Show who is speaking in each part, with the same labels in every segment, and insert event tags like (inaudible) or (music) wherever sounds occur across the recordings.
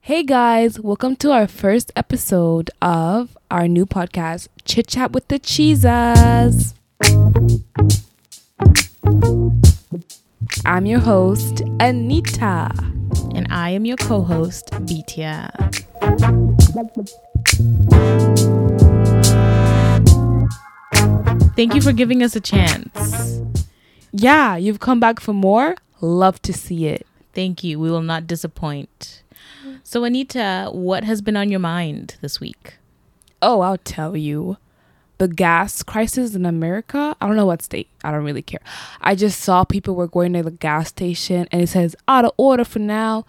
Speaker 1: Hey guys, welcome to our first episode of our new podcast, Chit Chat with the Cheeses. I'm your host, Anita.
Speaker 2: And I am your co host, Bitya. Thank you for giving us a chance.
Speaker 1: Yeah, you've come back for more. Love to see it.
Speaker 2: Thank you. We will not disappoint. So, Anita, what has been on your mind this week?
Speaker 1: Oh, I'll tell you. The gas crisis in America, I don't know what state, I don't really care. I just saw people were going to the gas station and it says out of order for now.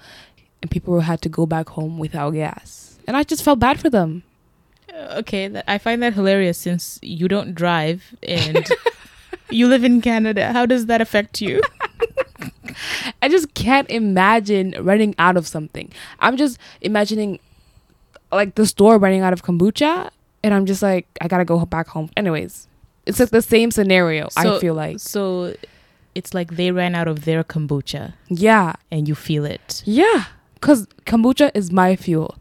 Speaker 1: And people had to go back home without gas. And I just felt bad for them.
Speaker 2: Uh, Okay, that, I find that hilarious since you don't drive (laughs) and you live in Canada. How does that affect you?
Speaker 1: I just can't imagine running out of something. I'm just imagining like the store running out of kombucha and I'm just like I got to go back home. Anyways, it's like the same scenario I
Speaker 2: So-
Speaker 1: feel like.
Speaker 2: So, it's like they ran out of their kombucha
Speaker 1: Yeah.
Speaker 2: and you feel it.
Speaker 1: Yeah, cuz kombucha is my fuel.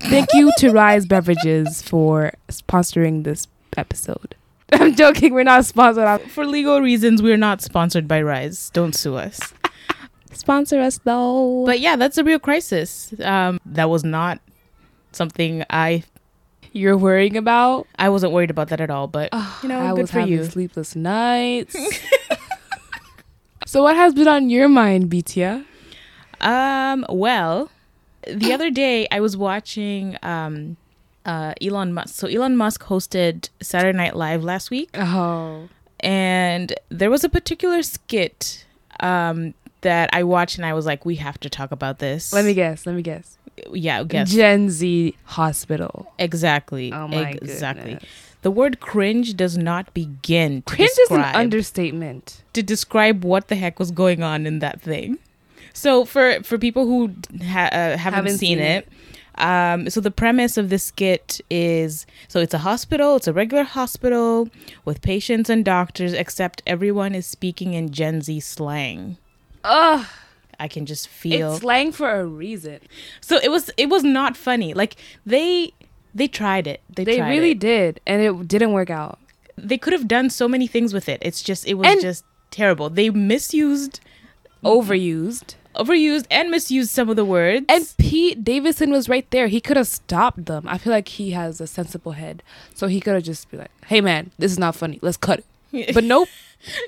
Speaker 1: Thank you to Rise Beverages for sponsoring this episode. (laughs) I'm joking, we're not sponsored. I'm-
Speaker 2: For legal reasons, we're not sponsored by Rise. Don't sue us.
Speaker 1: Sponsor us though.
Speaker 2: But yeah, that's a real crisis. Um, that was not something I
Speaker 1: you're worrying about "Ah,
Speaker 2: I wasn't worried about that at all. But you know,
Speaker 1: I
Speaker 2: good
Speaker 1: was
Speaker 2: for
Speaker 1: having
Speaker 2: you.
Speaker 1: sleepless
Speaker 2: (laughs)
Speaker 1: nights. so what has been on your mind, Bitya?
Speaker 2: Um, well, the other day I was watching um, uh, Elon Musk. So Elon Musk hosted Saturday Night Live last week.
Speaker 1: Oh.
Speaker 2: and there was a particular skit um that I watched and I was like, we have to talk about this.
Speaker 1: Let me guess, let me guess.
Speaker 2: yeah, guess
Speaker 1: Gen Z hospital.
Speaker 2: exactly,
Speaker 1: Oh my
Speaker 2: exactly.
Speaker 1: goodness.
Speaker 2: The word cringe does not begin to
Speaker 1: Cringe is an
Speaker 2: describe
Speaker 1: understatement.
Speaker 2: to describe what the heck was going on in that thing. So for for people who ha- uh, haven't,
Speaker 1: Haven't seen
Speaker 2: seen, it, um, so the premise of this skit is so it's a hospital, it's a regular hospital with patients and doctors, except everyone is speaking in Gen Z slang.
Speaker 1: Ugh,
Speaker 2: I can just feel.
Speaker 1: it's slang for a reason.
Speaker 2: so it was it was not funny. Like they they tried it. They,
Speaker 1: They
Speaker 2: tried
Speaker 1: really
Speaker 2: it.
Speaker 1: did, and it didn't work out.
Speaker 2: they could have done so many things with it. It's just it was
Speaker 1: And-
Speaker 2: just terrible. They misused,
Speaker 1: Overused.
Speaker 2: overused, and misused some of the words.
Speaker 1: And Pete Davidson was right there. He could have stopped them. I feel like he has a sensible head, so he could have just been like, "Hey, man, this is not funny. Let's cut (laughs) it." But nope.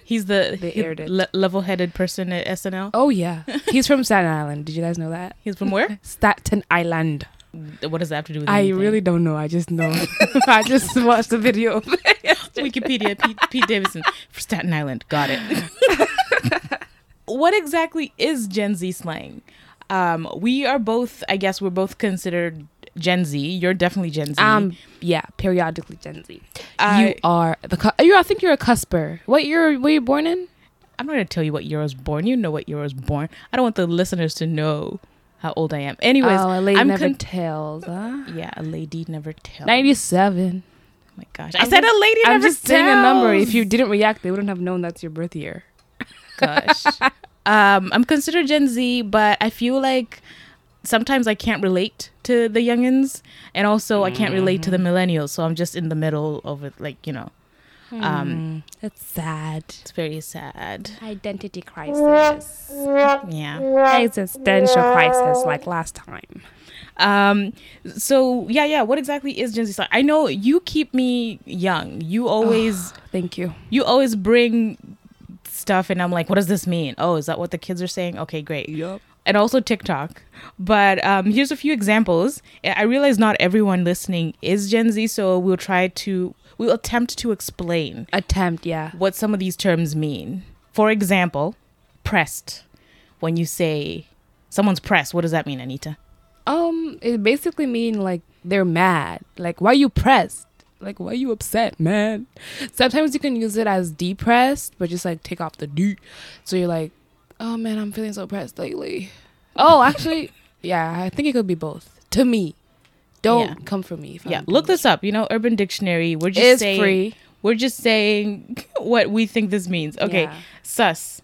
Speaker 2: He's the
Speaker 1: They
Speaker 2: he-
Speaker 1: aired it.
Speaker 2: le- level-headed person at SNL.
Speaker 1: Oh (laughs) yeah, he's from Staten Island. Did you guys know that?
Speaker 2: He's from
Speaker 1: (laughs)
Speaker 2: where?
Speaker 1: Staten Island.
Speaker 2: what does that have to do with
Speaker 1: I
Speaker 2: anything?
Speaker 1: really don't know. I just (laughs) know. I just watched the video. of it.
Speaker 2: (laughs) Wikipedia Pete, Pete Davidson for Staten Island. Got it.
Speaker 1: (laughs)
Speaker 2: what exactly is Gen Z slang? Um, we are both, I guess, we're both considered Gen Z. You're definitely Gen Z.
Speaker 1: Um. Yeah. Periodically, Gen Z. you
Speaker 2: I-
Speaker 1: are the. Cu- you. I think you're a cusper. What year were you born in?
Speaker 2: I'm not gonna tell you what year I was born. You know what year I was born. I don't want the listeners to know how old I am. Anyways,
Speaker 1: oh, a lady
Speaker 2: I'm
Speaker 1: never
Speaker 2: con-
Speaker 1: tells. Huh?
Speaker 2: yeah, a lady never tells.
Speaker 1: Ninety-seven.
Speaker 2: Oh my gosh, I said a lady
Speaker 1: I'm
Speaker 2: never
Speaker 1: just saying a number. If
Speaker 2: tells.
Speaker 1: you didn't react, they wouldn't have known that's your birth year.
Speaker 2: gosh. (laughs) um, I'm considered Gen Z, but I feel like sometimes I can't relate to the youngins, and also I can't relate to the millennials. So I'm just in the middle of it, like you know, um,
Speaker 1: Hmm. That's sad.
Speaker 2: it's very sad.
Speaker 1: Identity crisis,
Speaker 2: Yeah.
Speaker 1: existential crisis, like last time.
Speaker 2: Um. So yeah, yeah. What exactly is Gen Z? So I know you keep me young. You always,
Speaker 1: Thank you.
Speaker 2: you always bring stuff, and I'm like, what does this mean? Oh, is that what the kids are saying? Okay, great.
Speaker 1: Yep.
Speaker 2: and also TikTok. But um, here's a few examples. I realize not everyone listening is Gen Z, so we'll try to we'll attempt to explain
Speaker 1: Attempt. Yeah.
Speaker 2: what some of these terms mean. For example, pressed. When you say someone's pressed, what does that mean, Anita?
Speaker 1: Um, it basically mean like they're mad. Like why you pressed? Like why you upset, man? Sometimes you can use it as depressed, but just like take off the D. So you're like, oh man, I'm feeling so pressed lately.
Speaker 2: (laughs)
Speaker 1: Oh, actually, yeah, I think it could be both. To me, don't
Speaker 2: Yeah.
Speaker 1: come for me. If
Speaker 2: Yeah,
Speaker 1: I'm
Speaker 2: look this up. You know, Urban Dictionary. We're just
Speaker 1: Oh It's
Speaker 2: saying
Speaker 1: free.
Speaker 2: we're just saying (laughs) what we think this means. Okay,
Speaker 1: Yeah.
Speaker 2: sus.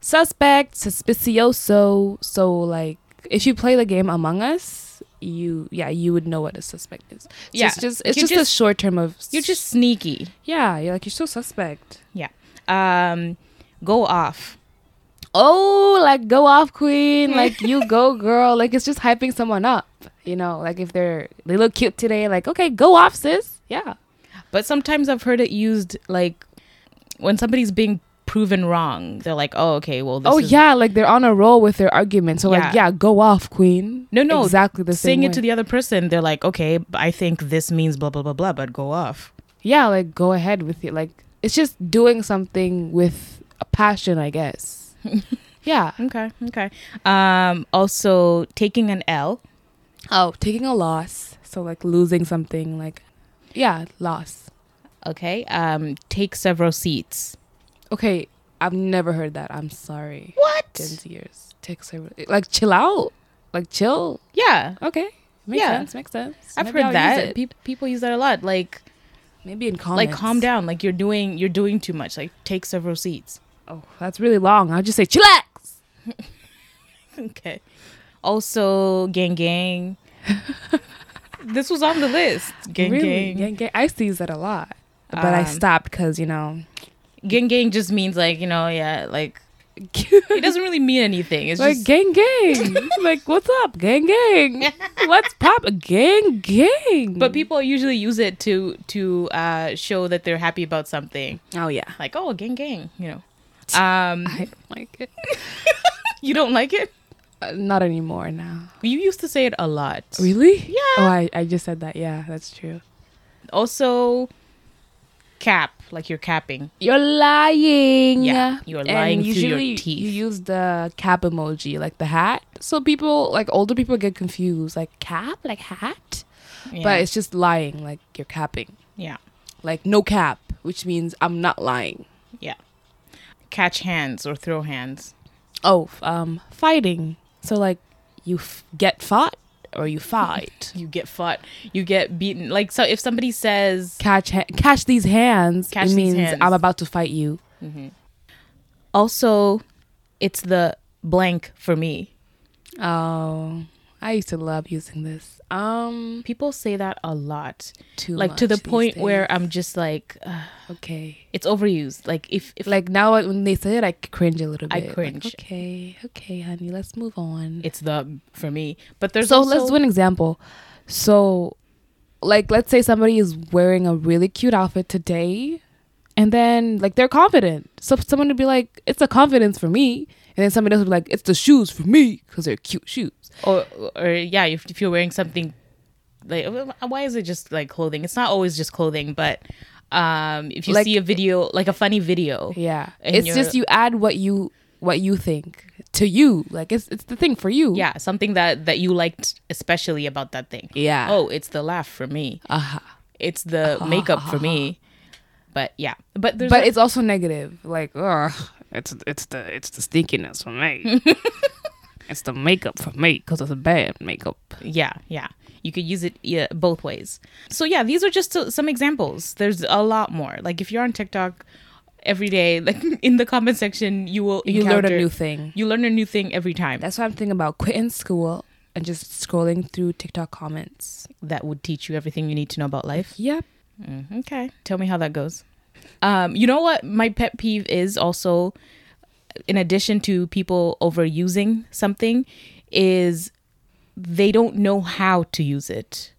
Speaker 1: suspect, suspicioso. So like, if you play the game Among Us, you yeah you would know what a suspect is. So
Speaker 2: Yeah.
Speaker 1: it's just it's
Speaker 2: You're
Speaker 1: just, a
Speaker 2: just-
Speaker 1: short term of
Speaker 2: You're just sneaky.
Speaker 1: yeah you're like you're still suspect.
Speaker 2: Yeah. Um, go off.
Speaker 1: Oh, like go off (laughs) queen, like you go girl, like it's just hyping someone up. You know, like if they're they look cute today, like okay, go off sis. Yeah.
Speaker 2: But sometimes I've heard it used like when somebody's being proven wrong. They're like, oh, okay, well, this
Speaker 1: oh
Speaker 2: is
Speaker 1: yeah, like they're on a roll with their argument. So like
Speaker 2: Yeah.
Speaker 1: yeah, go off queen.
Speaker 2: No, no,
Speaker 1: exactly the same.
Speaker 2: saying it to
Speaker 1: way.
Speaker 2: the other person. They're like, okay, b- I think this means blah blah blah blah, but go off.
Speaker 1: yeah, like go ahead with it. Like it's just doing something with a passion, I (laughs) guess. yeah.
Speaker 2: Okay, okay. Um, also taking an L.
Speaker 1: Oh, taking a loss. So like losing something, like yeah, loss.
Speaker 2: Okay. Um, take several seats.
Speaker 1: Okay, I've never heard that. I'm sorry. Gen
Speaker 2: What?
Speaker 1: Zers. Take several. Like chill out. Like chill.
Speaker 2: Yeah,
Speaker 1: Okay. Makes
Speaker 2: Yeah.
Speaker 1: sense. Makes sense.
Speaker 2: I've
Speaker 1: Maybe
Speaker 2: heard
Speaker 1: I'll use
Speaker 2: that.
Speaker 1: it.
Speaker 2: Pe- people use that a lot. Like,
Speaker 1: Maybe in comments.
Speaker 2: like calm down. Like you're doing, you're doing too much. Like take several seats.
Speaker 1: Oh, that's really long. I'll just say chillax.
Speaker 2: (laughs) Okay. Also,
Speaker 1: (laughs)
Speaker 2: gang gang. this was on the list. Gang
Speaker 1: really?
Speaker 2: gang.
Speaker 1: Gang gang. I used to use that a lot, but I
Speaker 2: Um,
Speaker 1: stopped because you
Speaker 2: (laughs)
Speaker 1: know.
Speaker 2: Gang gang just means like you know yeah like it doesn't really mean anything.
Speaker 1: (laughs)
Speaker 2: It's
Speaker 1: like
Speaker 2: just
Speaker 1: gang gang. (laughs) like what's up, gang
Speaker 2: (laughs)
Speaker 1: gang? What's pop, gang gang?
Speaker 2: but people usually use it to to uh, show that they're happy about something.
Speaker 1: oh yeah,
Speaker 2: Like oh gang gang you know. Um,
Speaker 1: (laughs) I don't like it.
Speaker 2: you don't like it.
Speaker 1: Uh, not anymore now.
Speaker 2: You used to say it a lot.
Speaker 1: Really?
Speaker 2: Yeah.
Speaker 1: Oh, I, I just said that. Yeah, that's true.
Speaker 2: Also, cap like you're capping.
Speaker 1: You're lying.
Speaker 2: Yeah, you are lying through your
Speaker 1: usually
Speaker 2: teeth.
Speaker 1: You use the cap emoji, like the hat. So people, like older people, get confused, like cap, like hat.
Speaker 2: Yeah.
Speaker 1: But it's just lying, like you're capping,
Speaker 2: yeah,
Speaker 1: like no cap, which means I'm not lying.
Speaker 2: yeah. Catch hands or throw hands.
Speaker 1: Oh, f- um, fighting. So like you f- get fought or you
Speaker 2: (laughs)
Speaker 1: fight.
Speaker 2: You get fought. You get beaten. Like so, if somebody says
Speaker 1: catch ha- catch these hands.
Speaker 2: Catch
Speaker 1: it
Speaker 2: these
Speaker 1: means
Speaker 2: hands.
Speaker 1: I'm about to fight you.
Speaker 2: Mm-hmm. also, it's the blank for me.
Speaker 1: Oh, I used to love using this. Um,
Speaker 2: People say that a lot.
Speaker 1: too
Speaker 2: like to
Speaker 1: much
Speaker 2: the
Speaker 1: these
Speaker 2: point where
Speaker 1: days.
Speaker 2: I'm just like, uh,
Speaker 1: okay.
Speaker 2: it's overused. Like if, if
Speaker 1: like now I- when they say it, I cringe a little bit.
Speaker 2: I
Speaker 1: Like,
Speaker 2: cringe.
Speaker 1: okay, okay, honey, let's move on.
Speaker 2: it's the for me, but there's
Speaker 1: so
Speaker 2: also
Speaker 1: let's do an example. So, like, let's say somebody is wearing a really cute outfit today, and then like they're confident. So someone would be like, "It's a confidence for me," and then somebody else would be like, "It's the shoes for me because they're cute shoes."
Speaker 2: or or yeah, if, if you're wearing something like why is it just like clothing? It's not always just clothing, but um, if you
Speaker 1: Like-
Speaker 2: see a video like a funny video,
Speaker 1: Yeah,
Speaker 2: Oh. And
Speaker 1: it's
Speaker 2: you're-
Speaker 1: just you add what you what you think to you. Like it's it's the thing for you.
Speaker 2: yeah, something that that you liked especially about that thing.
Speaker 1: Yeah.
Speaker 2: Oh, it's the laugh for me.
Speaker 1: Uh-huh.
Speaker 2: It's the makeup for
Speaker 1: (laughs)
Speaker 2: me. But yeah, but there's
Speaker 1: but
Speaker 2: a-
Speaker 1: it's also negative. Like, ugh, it's it's the it's the stinkiness for (laughs) me. it's the makeup for me because it's a bad makeup.
Speaker 2: Yeah, yeah. You could use it yeah, both ways. So yeah, these are just so- some examples. There's a lot more. Like if you're on TikTok every day, (laughs) like in the comment section, you will
Speaker 1: You learn a
Speaker 2: encounter-
Speaker 1: new thing.
Speaker 2: You learn a new thing every time.
Speaker 1: That's why I'm thinking about quitting school and just scrolling through TikTok comments.
Speaker 2: that would teach you everything you need to know about life.
Speaker 1: Yep.
Speaker 2: Mm-hmm. Okay, tell me how that goes. Um, you know what? My pet peeve is also, in addition to people overusing something, is they don't know how to use (laughs) it.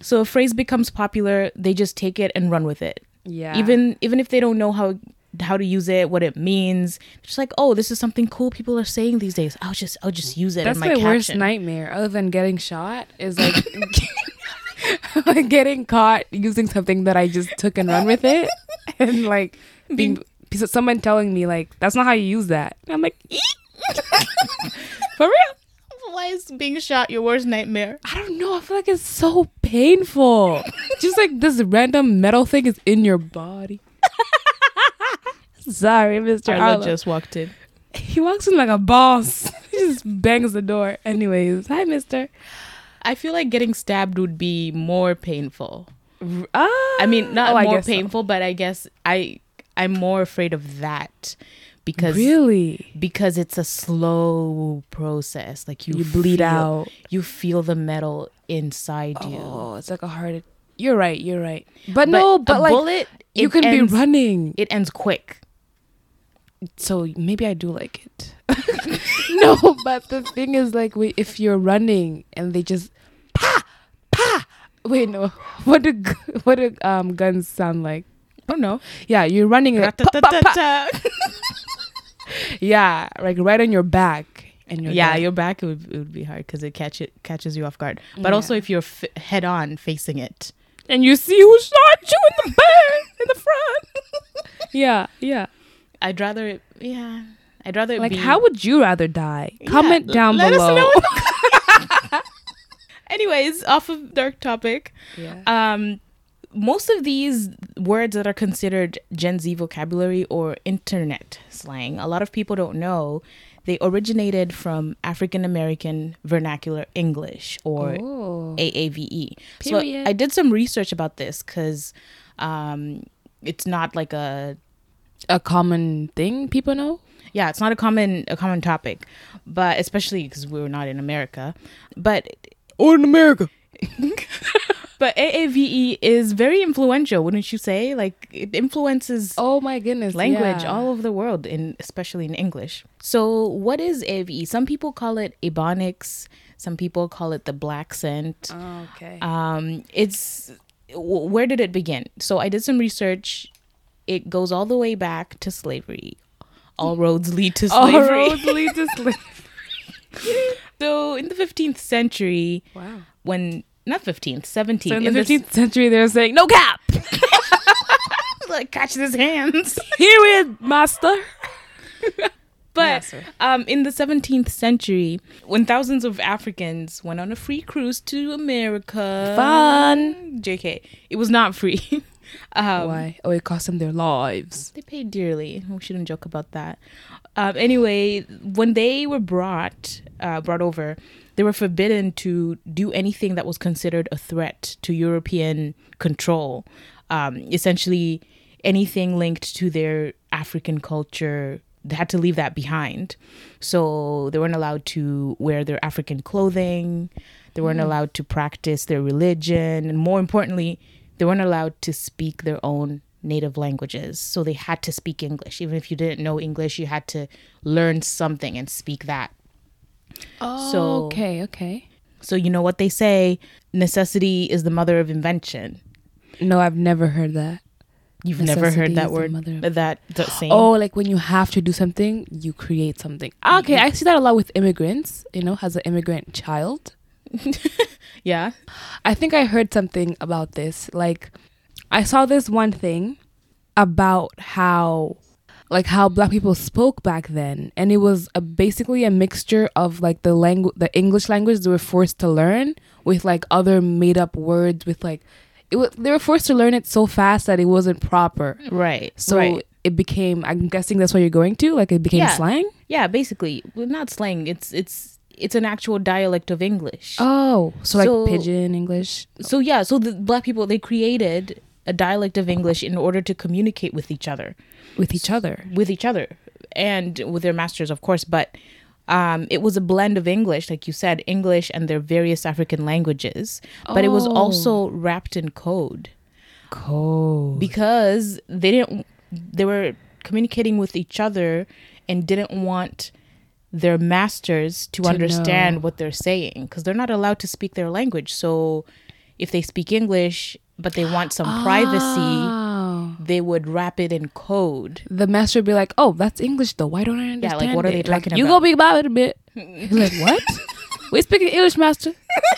Speaker 2: so a phrase becomes popular, they just take it and run with it.
Speaker 1: Yeah.
Speaker 2: Even even if they don't know how how to use it, what it means, just like oh, this is something cool people are saying these days. I'll just I'll just use it.
Speaker 1: that's
Speaker 2: in
Speaker 1: my,
Speaker 2: my,
Speaker 1: worst
Speaker 2: caption."
Speaker 1: nightmare, other than getting shot, is (laughs) like like getting caught using something that I just took and run with it, (laughs) and like being someone telling me like that's not how you use that. And I'm like,
Speaker 2: (laughs) For real? Why is being shot your worst nightmare?
Speaker 1: I don't know. I feel like it's so (laughs) painful. Just like this random metal thing is in your body. Sorry, Mr.
Speaker 2: Arlo
Speaker 1: Arlo.
Speaker 2: just walked in.
Speaker 1: he walks in like a boss. (laughs) he just bangs the door. Anyways, hi, Mister.
Speaker 2: I feel like getting stabbed would be more painful.
Speaker 1: Ah,
Speaker 2: I mean, not
Speaker 1: oh, I
Speaker 2: more
Speaker 1: guess so.
Speaker 2: painful, but I guess I I'm more afraid of that because
Speaker 1: really
Speaker 2: because it's a slow process. Like you,
Speaker 1: you, bleed
Speaker 2: feel-
Speaker 1: out.
Speaker 2: You feel the metal inside you.
Speaker 1: Oh, it's like a heart. You're right. You're right. But,
Speaker 2: But
Speaker 1: no,
Speaker 2: a
Speaker 1: but like
Speaker 2: bullet,
Speaker 1: you
Speaker 2: it
Speaker 1: can
Speaker 2: ends-
Speaker 1: be running.
Speaker 2: It ends quick.
Speaker 1: so maybe I do like it. (laughs) no, but the thing is, like, wait, if you're running and they just pa pa. Wait, no. (laughs) What do gu- what do um guns sound like?
Speaker 2: Oh (laughs) no!
Speaker 1: Yeah, you're running. Like, pa, pa, pa.
Speaker 2: (laughs)
Speaker 1: Yeah, like right on your back and your
Speaker 2: yeah,
Speaker 1: back.
Speaker 2: your back it would, it would be hard because it catch it catches you off guard. But
Speaker 1: Yeah.
Speaker 2: also if you're f- head on facing it,
Speaker 1: and you see who shot you in the back in the front. (laughs) yeah, yeah.
Speaker 2: I'd rather it. Yeah, I'd rather it
Speaker 1: Like,
Speaker 2: be,
Speaker 1: how would you rather die?
Speaker 2: Yeah,
Speaker 1: Comment
Speaker 2: l-
Speaker 1: down
Speaker 2: let us
Speaker 1: below. (laughs)
Speaker 2: know (laughs) in the- Anyways, off of dark topic.
Speaker 1: Yeah.
Speaker 2: Um, most of these words that are considered Gen Z vocabulary or internet slang, a lot of people don't know, they originated from African American vernacular English or
Speaker 1: Oh.
Speaker 2: AAVE.
Speaker 1: Period.
Speaker 2: E. So I did some research about this because um, it's not like a
Speaker 1: A common thing people know.
Speaker 2: yeah it's not a common a common topic, but especially because we were not in America, but
Speaker 1: Or in America.
Speaker 2: but AAVE E is very influential, wouldn't you say? Like it influences
Speaker 1: Oh my goodness.
Speaker 2: language
Speaker 1: yeah.
Speaker 2: all over the world and especially in english so what is ave E? some people call it ebonics some people call it the black scent
Speaker 1: Oh. Okay. (laughs)
Speaker 2: um it's w- where did it begin so i did some research it goes all the way back to slavery all roads lead to
Speaker 1: All
Speaker 2: slavery
Speaker 1: roads lead
Speaker 2: (laughs)
Speaker 1: to slavery.
Speaker 2: so in the 15th century
Speaker 1: Wow.
Speaker 2: when not 15th 17th
Speaker 1: So in the
Speaker 2: in the (laughs)
Speaker 1: 15th century, they're saying, "No cap,
Speaker 2: s- like catch
Speaker 1: (laughs)
Speaker 2: his hands
Speaker 1: period, master."
Speaker 2: But
Speaker 1: Yeah, sir.
Speaker 2: um, in the 17th century, when thousands of Africans went on a free cruise to America,
Speaker 1: Fun.
Speaker 2: JK, it was not free. (laughs) um,
Speaker 1: Why? Oh, it cost them their lives.
Speaker 2: They paid dearly. We shouldn't joke about that. Um, anyway, when they were brought uh, brought over, they were forbidden to do anything that was considered a threat to European control. Um, essentially, anything linked to their African culture. They had to leave that behind. So they weren't allowed to wear their African clothing. They weren't
Speaker 1: Hmm.
Speaker 2: allowed to practice their religion. And more importantly, they weren't allowed to speak their own native languages. So they had to speak English. Even if you didn't know English, you had to learn something and speak that.
Speaker 1: Oh,
Speaker 2: So-
Speaker 1: okay, okay.
Speaker 2: So you know what they say necessity is the mother of invention.
Speaker 1: No, I've never heard that.
Speaker 2: You've never
Speaker 1: Necessity
Speaker 2: heard
Speaker 1: is
Speaker 2: that
Speaker 1: the
Speaker 2: word,
Speaker 1: mother
Speaker 2: but
Speaker 1: (sighs)
Speaker 2: that, that saying.
Speaker 1: Oh, like when you have to do something, you create something. Ah, Okay,
Speaker 2: Mm-hmm.
Speaker 1: I see that a lot with immigrants. You know, as an immigrant child,
Speaker 2: yeah.
Speaker 1: I think I heard something about this. Like, I saw this one thing about how, like, how black people spoke back then, and it was a, basically a mixture of like the language, the English language they were forced to learn with like other made up words with like. It was, they were forced to learn it so fast that it wasn't proper.
Speaker 2: Right.
Speaker 1: So
Speaker 2: right.
Speaker 1: it became, I'm guessing that's what you're going to? Like it became
Speaker 2: Yeah.
Speaker 1: slang?
Speaker 2: yeah, basically, well, not slang. It's it's it's an actual dialect of English.
Speaker 1: Oh, so like
Speaker 2: So-
Speaker 1: pidgin English.
Speaker 2: so yeah, so the black people they created a dialect of English in order to communicate with each other.
Speaker 1: with each other.
Speaker 2: with each other and with their masters, of course. But um, it was a blend of English, like you said, English and their various African languages. But it was
Speaker 1: Oh.
Speaker 2: also wrapped in code
Speaker 1: Cool.
Speaker 2: because they didn't. They were communicating with each other and didn't want their masters to,
Speaker 1: To
Speaker 2: understand
Speaker 1: know.
Speaker 2: what they're saying because they're not allowed to speak their language. So if they speak English but they want some privacy,
Speaker 1: Oh.
Speaker 2: they would wrap it in code.
Speaker 1: The master would be like, "Oh, that's English though. Why don't I
Speaker 2: Yeah,
Speaker 1: understand?"
Speaker 2: like, what are they
Speaker 1: it?
Speaker 2: talking
Speaker 1: You
Speaker 2: about?
Speaker 1: go big about it a
Speaker 2: (laughs)
Speaker 1: bit. He's like, "What? (laughs) we speaking English, master? (laughs)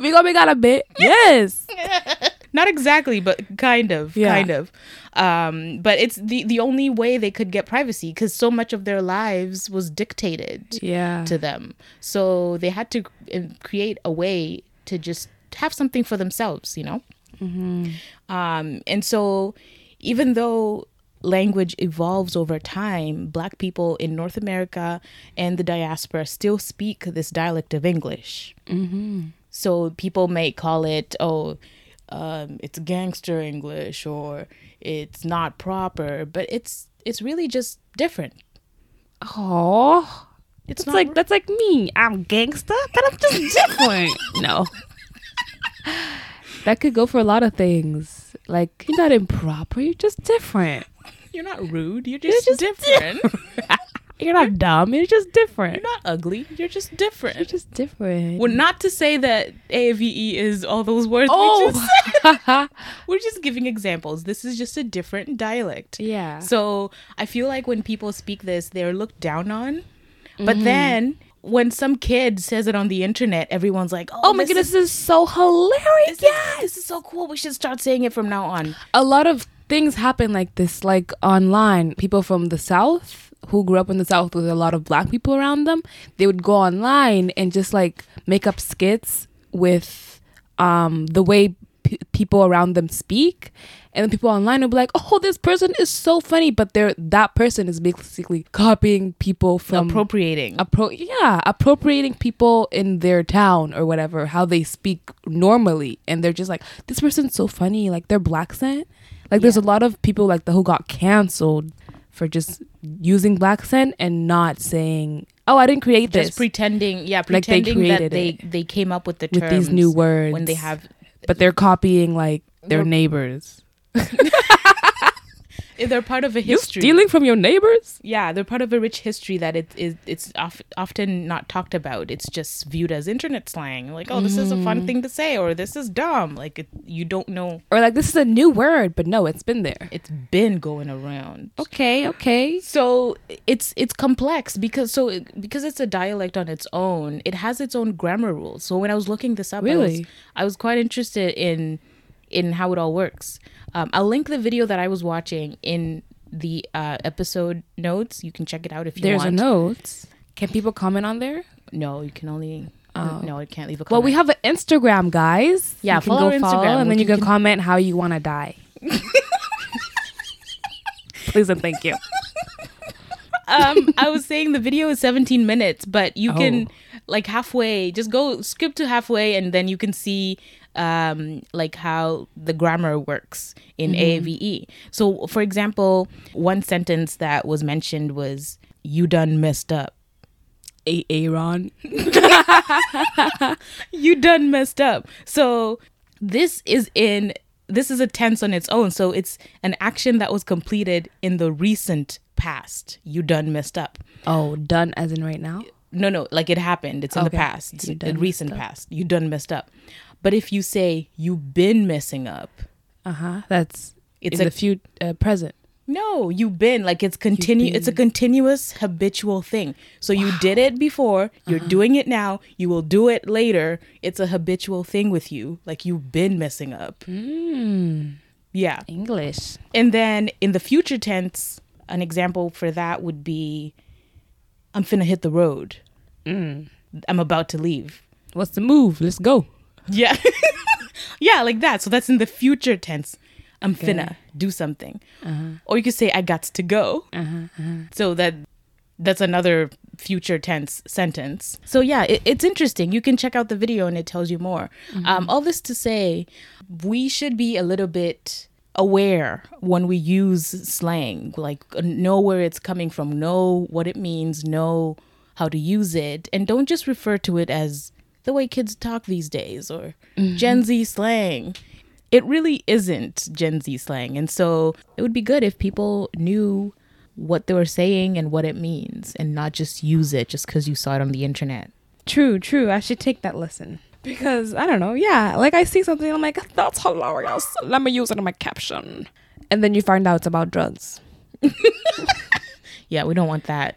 Speaker 1: we gonna big out a bit? Yes.
Speaker 2: (laughs) not exactly but kind of
Speaker 1: Yeah.
Speaker 2: kind of um but it's the the only way they could get privacy because so much of their lives was dictated
Speaker 1: Yeah.
Speaker 2: to them so they had to uh, create a way to just have something for themselves you know um and so even though language evolves over time black people in north america and the diaspora still speak this dialect of english so people may call it, oh, um, it's gangster English or it's not proper, but it's it's really just different.
Speaker 1: Oh,
Speaker 2: It's
Speaker 1: it's
Speaker 2: not
Speaker 1: like
Speaker 2: r-
Speaker 1: that's like me. I'm gangster, but I'm just
Speaker 2: (laughs)
Speaker 1: different. no, that could go for a lot of things. Like you're not improper. You're just different.
Speaker 2: You're not rude. You're
Speaker 1: just
Speaker 2: (laughs) different.
Speaker 1: (laughs) You're not dumb. You're just different.
Speaker 2: you're not ugly. You're just
Speaker 1: You're
Speaker 2: different.
Speaker 1: just different.
Speaker 2: Well, not to say that AVE is all those words. We just,
Speaker 1: oh,
Speaker 2: (laughs) we're just giving examples. This is just a different
Speaker 1: (laughs)
Speaker 2: dialect.
Speaker 1: yeah.
Speaker 2: So I feel like when people speak this, they're looked down on. But then when some kid says it on the internet, everyone's like, "Oh,
Speaker 1: oh my
Speaker 2: this
Speaker 1: goodness,
Speaker 2: is-
Speaker 1: this is so hilarious.
Speaker 2: this, is, this is so cool. We should start saying it from now on."
Speaker 1: a lot of things happen like this like online people from the south who grew up in the south with a lot of black people around them they would go online and just like make up skits with um the way p- people around them speak and then people online will be like oh this person is so funny but they're that person is basically copying people from
Speaker 2: Um, Appropriating.
Speaker 1: appro- yeah appropriating people in their town or whatever how they speak normally and they're just like this person's so funny like their black scent like there's a lot of people like the who got canceled for just using black scent and not saying oh i didn't create
Speaker 2: just
Speaker 1: this
Speaker 2: pretending, yeah,
Speaker 1: they
Speaker 2: pretending that
Speaker 1: created
Speaker 2: they
Speaker 1: it.
Speaker 2: they came up with the terms
Speaker 1: with these new words
Speaker 2: when they have
Speaker 1: but they're copying like their
Speaker 2: Rep-
Speaker 1: neighbors
Speaker 2: Eh, they're part of a
Speaker 1: you
Speaker 2: history.
Speaker 1: stealing from your neighbors
Speaker 2: yeah, they're part of a rich history that it is it's of, often not talked about. It's just viewed as internet slang. Like, oh, this is a fun thing to say, or this is dumb. Like, it, you don't know.
Speaker 1: or like this is a new word but no it's been there
Speaker 2: It's been going around.
Speaker 1: okay okay
Speaker 2: so it's it's complex because so it- because it's a dialect on its own it has its own grammar rules so when i was looking this up I, was,
Speaker 1: Really?
Speaker 2: I was quite interested in in how it all works um, i'll link the video that i was watching in the uh, episode notes you can check it out if you
Speaker 1: there's a
Speaker 2: want
Speaker 1: note can people comment on there
Speaker 2: no you can only no it can't leave a comment
Speaker 1: Oh. Well, we have an Instagram, guys.
Speaker 2: Yeah,
Speaker 1: you can
Speaker 2: follow
Speaker 1: go
Speaker 2: our
Speaker 1: follow,
Speaker 2: Instagram.
Speaker 1: and then
Speaker 2: We
Speaker 1: you can,
Speaker 2: can-
Speaker 1: comment how you want to die. (laughs) Please and thank you.
Speaker 2: um, I was saying the video is 17 minutes, but you can like halfway, just go skip to halfway, and then you can see um, like how the grammar works in AAVE. So, for example, one sentence that was mentioned was "You done messed up." (laughs)
Speaker 1: A Aaron.
Speaker 2: You done messed up. So this is in this is a tense on its own. So it's an action that was completed in the recent past. You done messed up.
Speaker 1: Oh, done as in right now.
Speaker 2: no no like it happened it's in the
Speaker 1: Okay.
Speaker 2: past it's
Speaker 1: You
Speaker 2: in
Speaker 1: done messed
Speaker 2: recent past you done messed up but if you say you been messing up
Speaker 1: Uh huh. That's
Speaker 2: It's
Speaker 1: it's in
Speaker 2: a-
Speaker 1: the few uh, present.
Speaker 2: no you been like it's continue it's a continuous habitual thing so you did it before you're
Speaker 1: Uh-huh.
Speaker 2: doing it now you will do it later it's a habitual thing with you like you've been messing up
Speaker 1: Hmm.
Speaker 2: yeah
Speaker 1: Mm. English.
Speaker 2: and then in the future tense an example for that would be i'm finna hit the road
Speaker 1: Mm.
Speaker 2: i'm about to leave
Speaker 1: What's the move? Let's go.
Speaker 2: Yeah. (laughs) yeah, like that. So that's in the future tense. I'm finna do something. Or you could say I got to go. So that that's another future tense sentence. So yeah, it, it's interesting. You can check out the video and it tells you more. Um, all this to say, we should be a little bit aware when we use slang, like know where it's coming from, know what it means, know how to use it, and don't just refer to it as the way kids talk these days or Gen Z slang. It really isn't Gen Z slang. And so it would be good if people knew what they were saying and what it means and not just use it just because you saw it on the internet.
Speaker 1: True, true. I should take that lesson because I don't know. Yeah, like I see something, I'm like, that's hilarious. Let me use it in my caption. And then you find out it's about drugs.
Speaker 2: Yeah, we don't want that.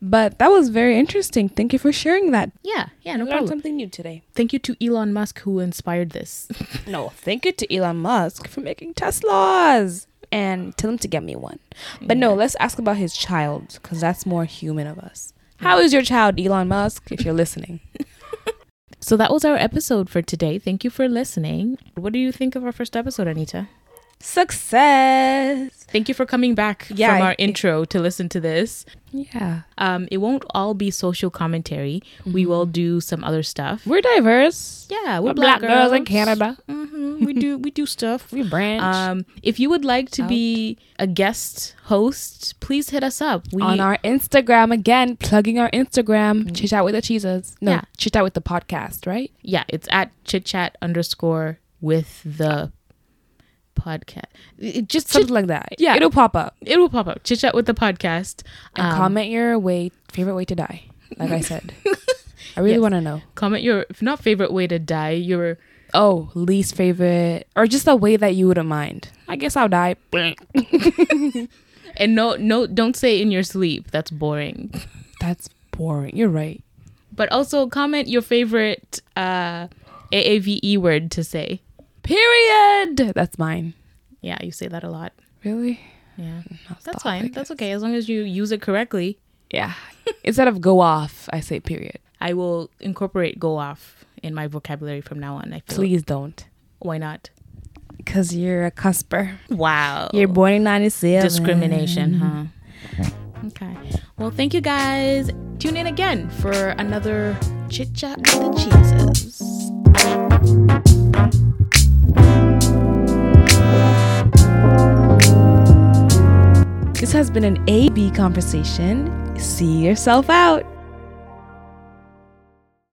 Speaker 1: But that was very interesting. Thank you for sharing that.
Speaker 2: Yeah, yeah, no
Speaker 1: Learned
Speaker 2: problem.
Speaker 1: something new today.
Speaker 2: Thank you to Elon Musk who inspired this.
Speaker 1: No, thank you to Elon Musk for making Teslas and tell him to get me one. But no, let's ask about his child because that's more human of us. How is your child, Elon Musk, if you're listening?
Speaker 2: so that was our episode for today. Thank you for listening. What do you think of our first episode, Anita?
Speaker 1: Success!
Speaker 2: Thank you for coming back
Speaker 1: Yeah,
Speaker 2: from
Speaker 1: I-
Speaker 2: our intro to listen to this.
Speaker 1: Yeah.
Speaker 2: Um, it won't all be social commentary. We will do some other stuff.
Speaker 1: We're diverse.
Speaker 2: Yeah,
Speaker 1: We're black, girls in Canada.
Speaker 2: hmm we do we do stuff.
Speaker 1: Mm-hmm. We branch
Speaker 2: Um, if you would like to be a guest host, please hit us up. We
Speaker 1: on our Instagram again, plugging our Instagram. Chit chat with the cheeses. No,
Speaker 2: Yeah.
Speaker 1: chit chat with the podcast, right?
Speaker 2: yeah, it's at chit chat underscore with the podcast. It just
Speaker 1: Something like that.
Speaker 2: yeah.
Speaker 1: it'll pop up
Speaker 2: it will pop up. Chit chat with the podcast.
Speaker 1: and
Speaker 2: Um,
Speaker 1: comment your way favorite way to die. Like I said, I really
Speaker 2: (laughs) Yes.
Speaker 1: want to know.
Speaker 2: comment your if not favorite way to die. Your
Speaker 1: Oh, least favorite, or just a way that you wouldn't mind. I guess I'll
Speaker 2: (laughs)
Speaker 1: die.
Speaker 2: and no no don't say in your sleep. That's boring.
Speaker 1: That's boring. You're right.
Speaker 2: But also comment your favorite uh, AAVE E word to say.
Speaker 1: Period. That's mine.
Speaker 2: Yeah, you say that a lot.
Speaker 1: Really?
Speaker 2: Yeah,
Speaker 1: I'll
Speaker 2: that's
Speaker 1: stop, I
Speaker 2: fine.
Speaker 1: guess.
Speaker 2: That's okay as long as you use it correctly.
Speaker 1: Yeah. Instead of go off, I say period.
Speaker 2: I will incorporate go off in my vocabulary from now on. I feel
Speaker 1: Please don't.
Speaker 2: why not?
Speaker 1: Because you're a cusper.
Speaker 2: Wow,
Speaker 1: Oh. born in 97.
Speaker 2: discrimination, huh? Okay. Well, thank you guys. Tune in again for another chit chat with the cheeses.
Speaker 1: This has been an AB conversation. See yourself out.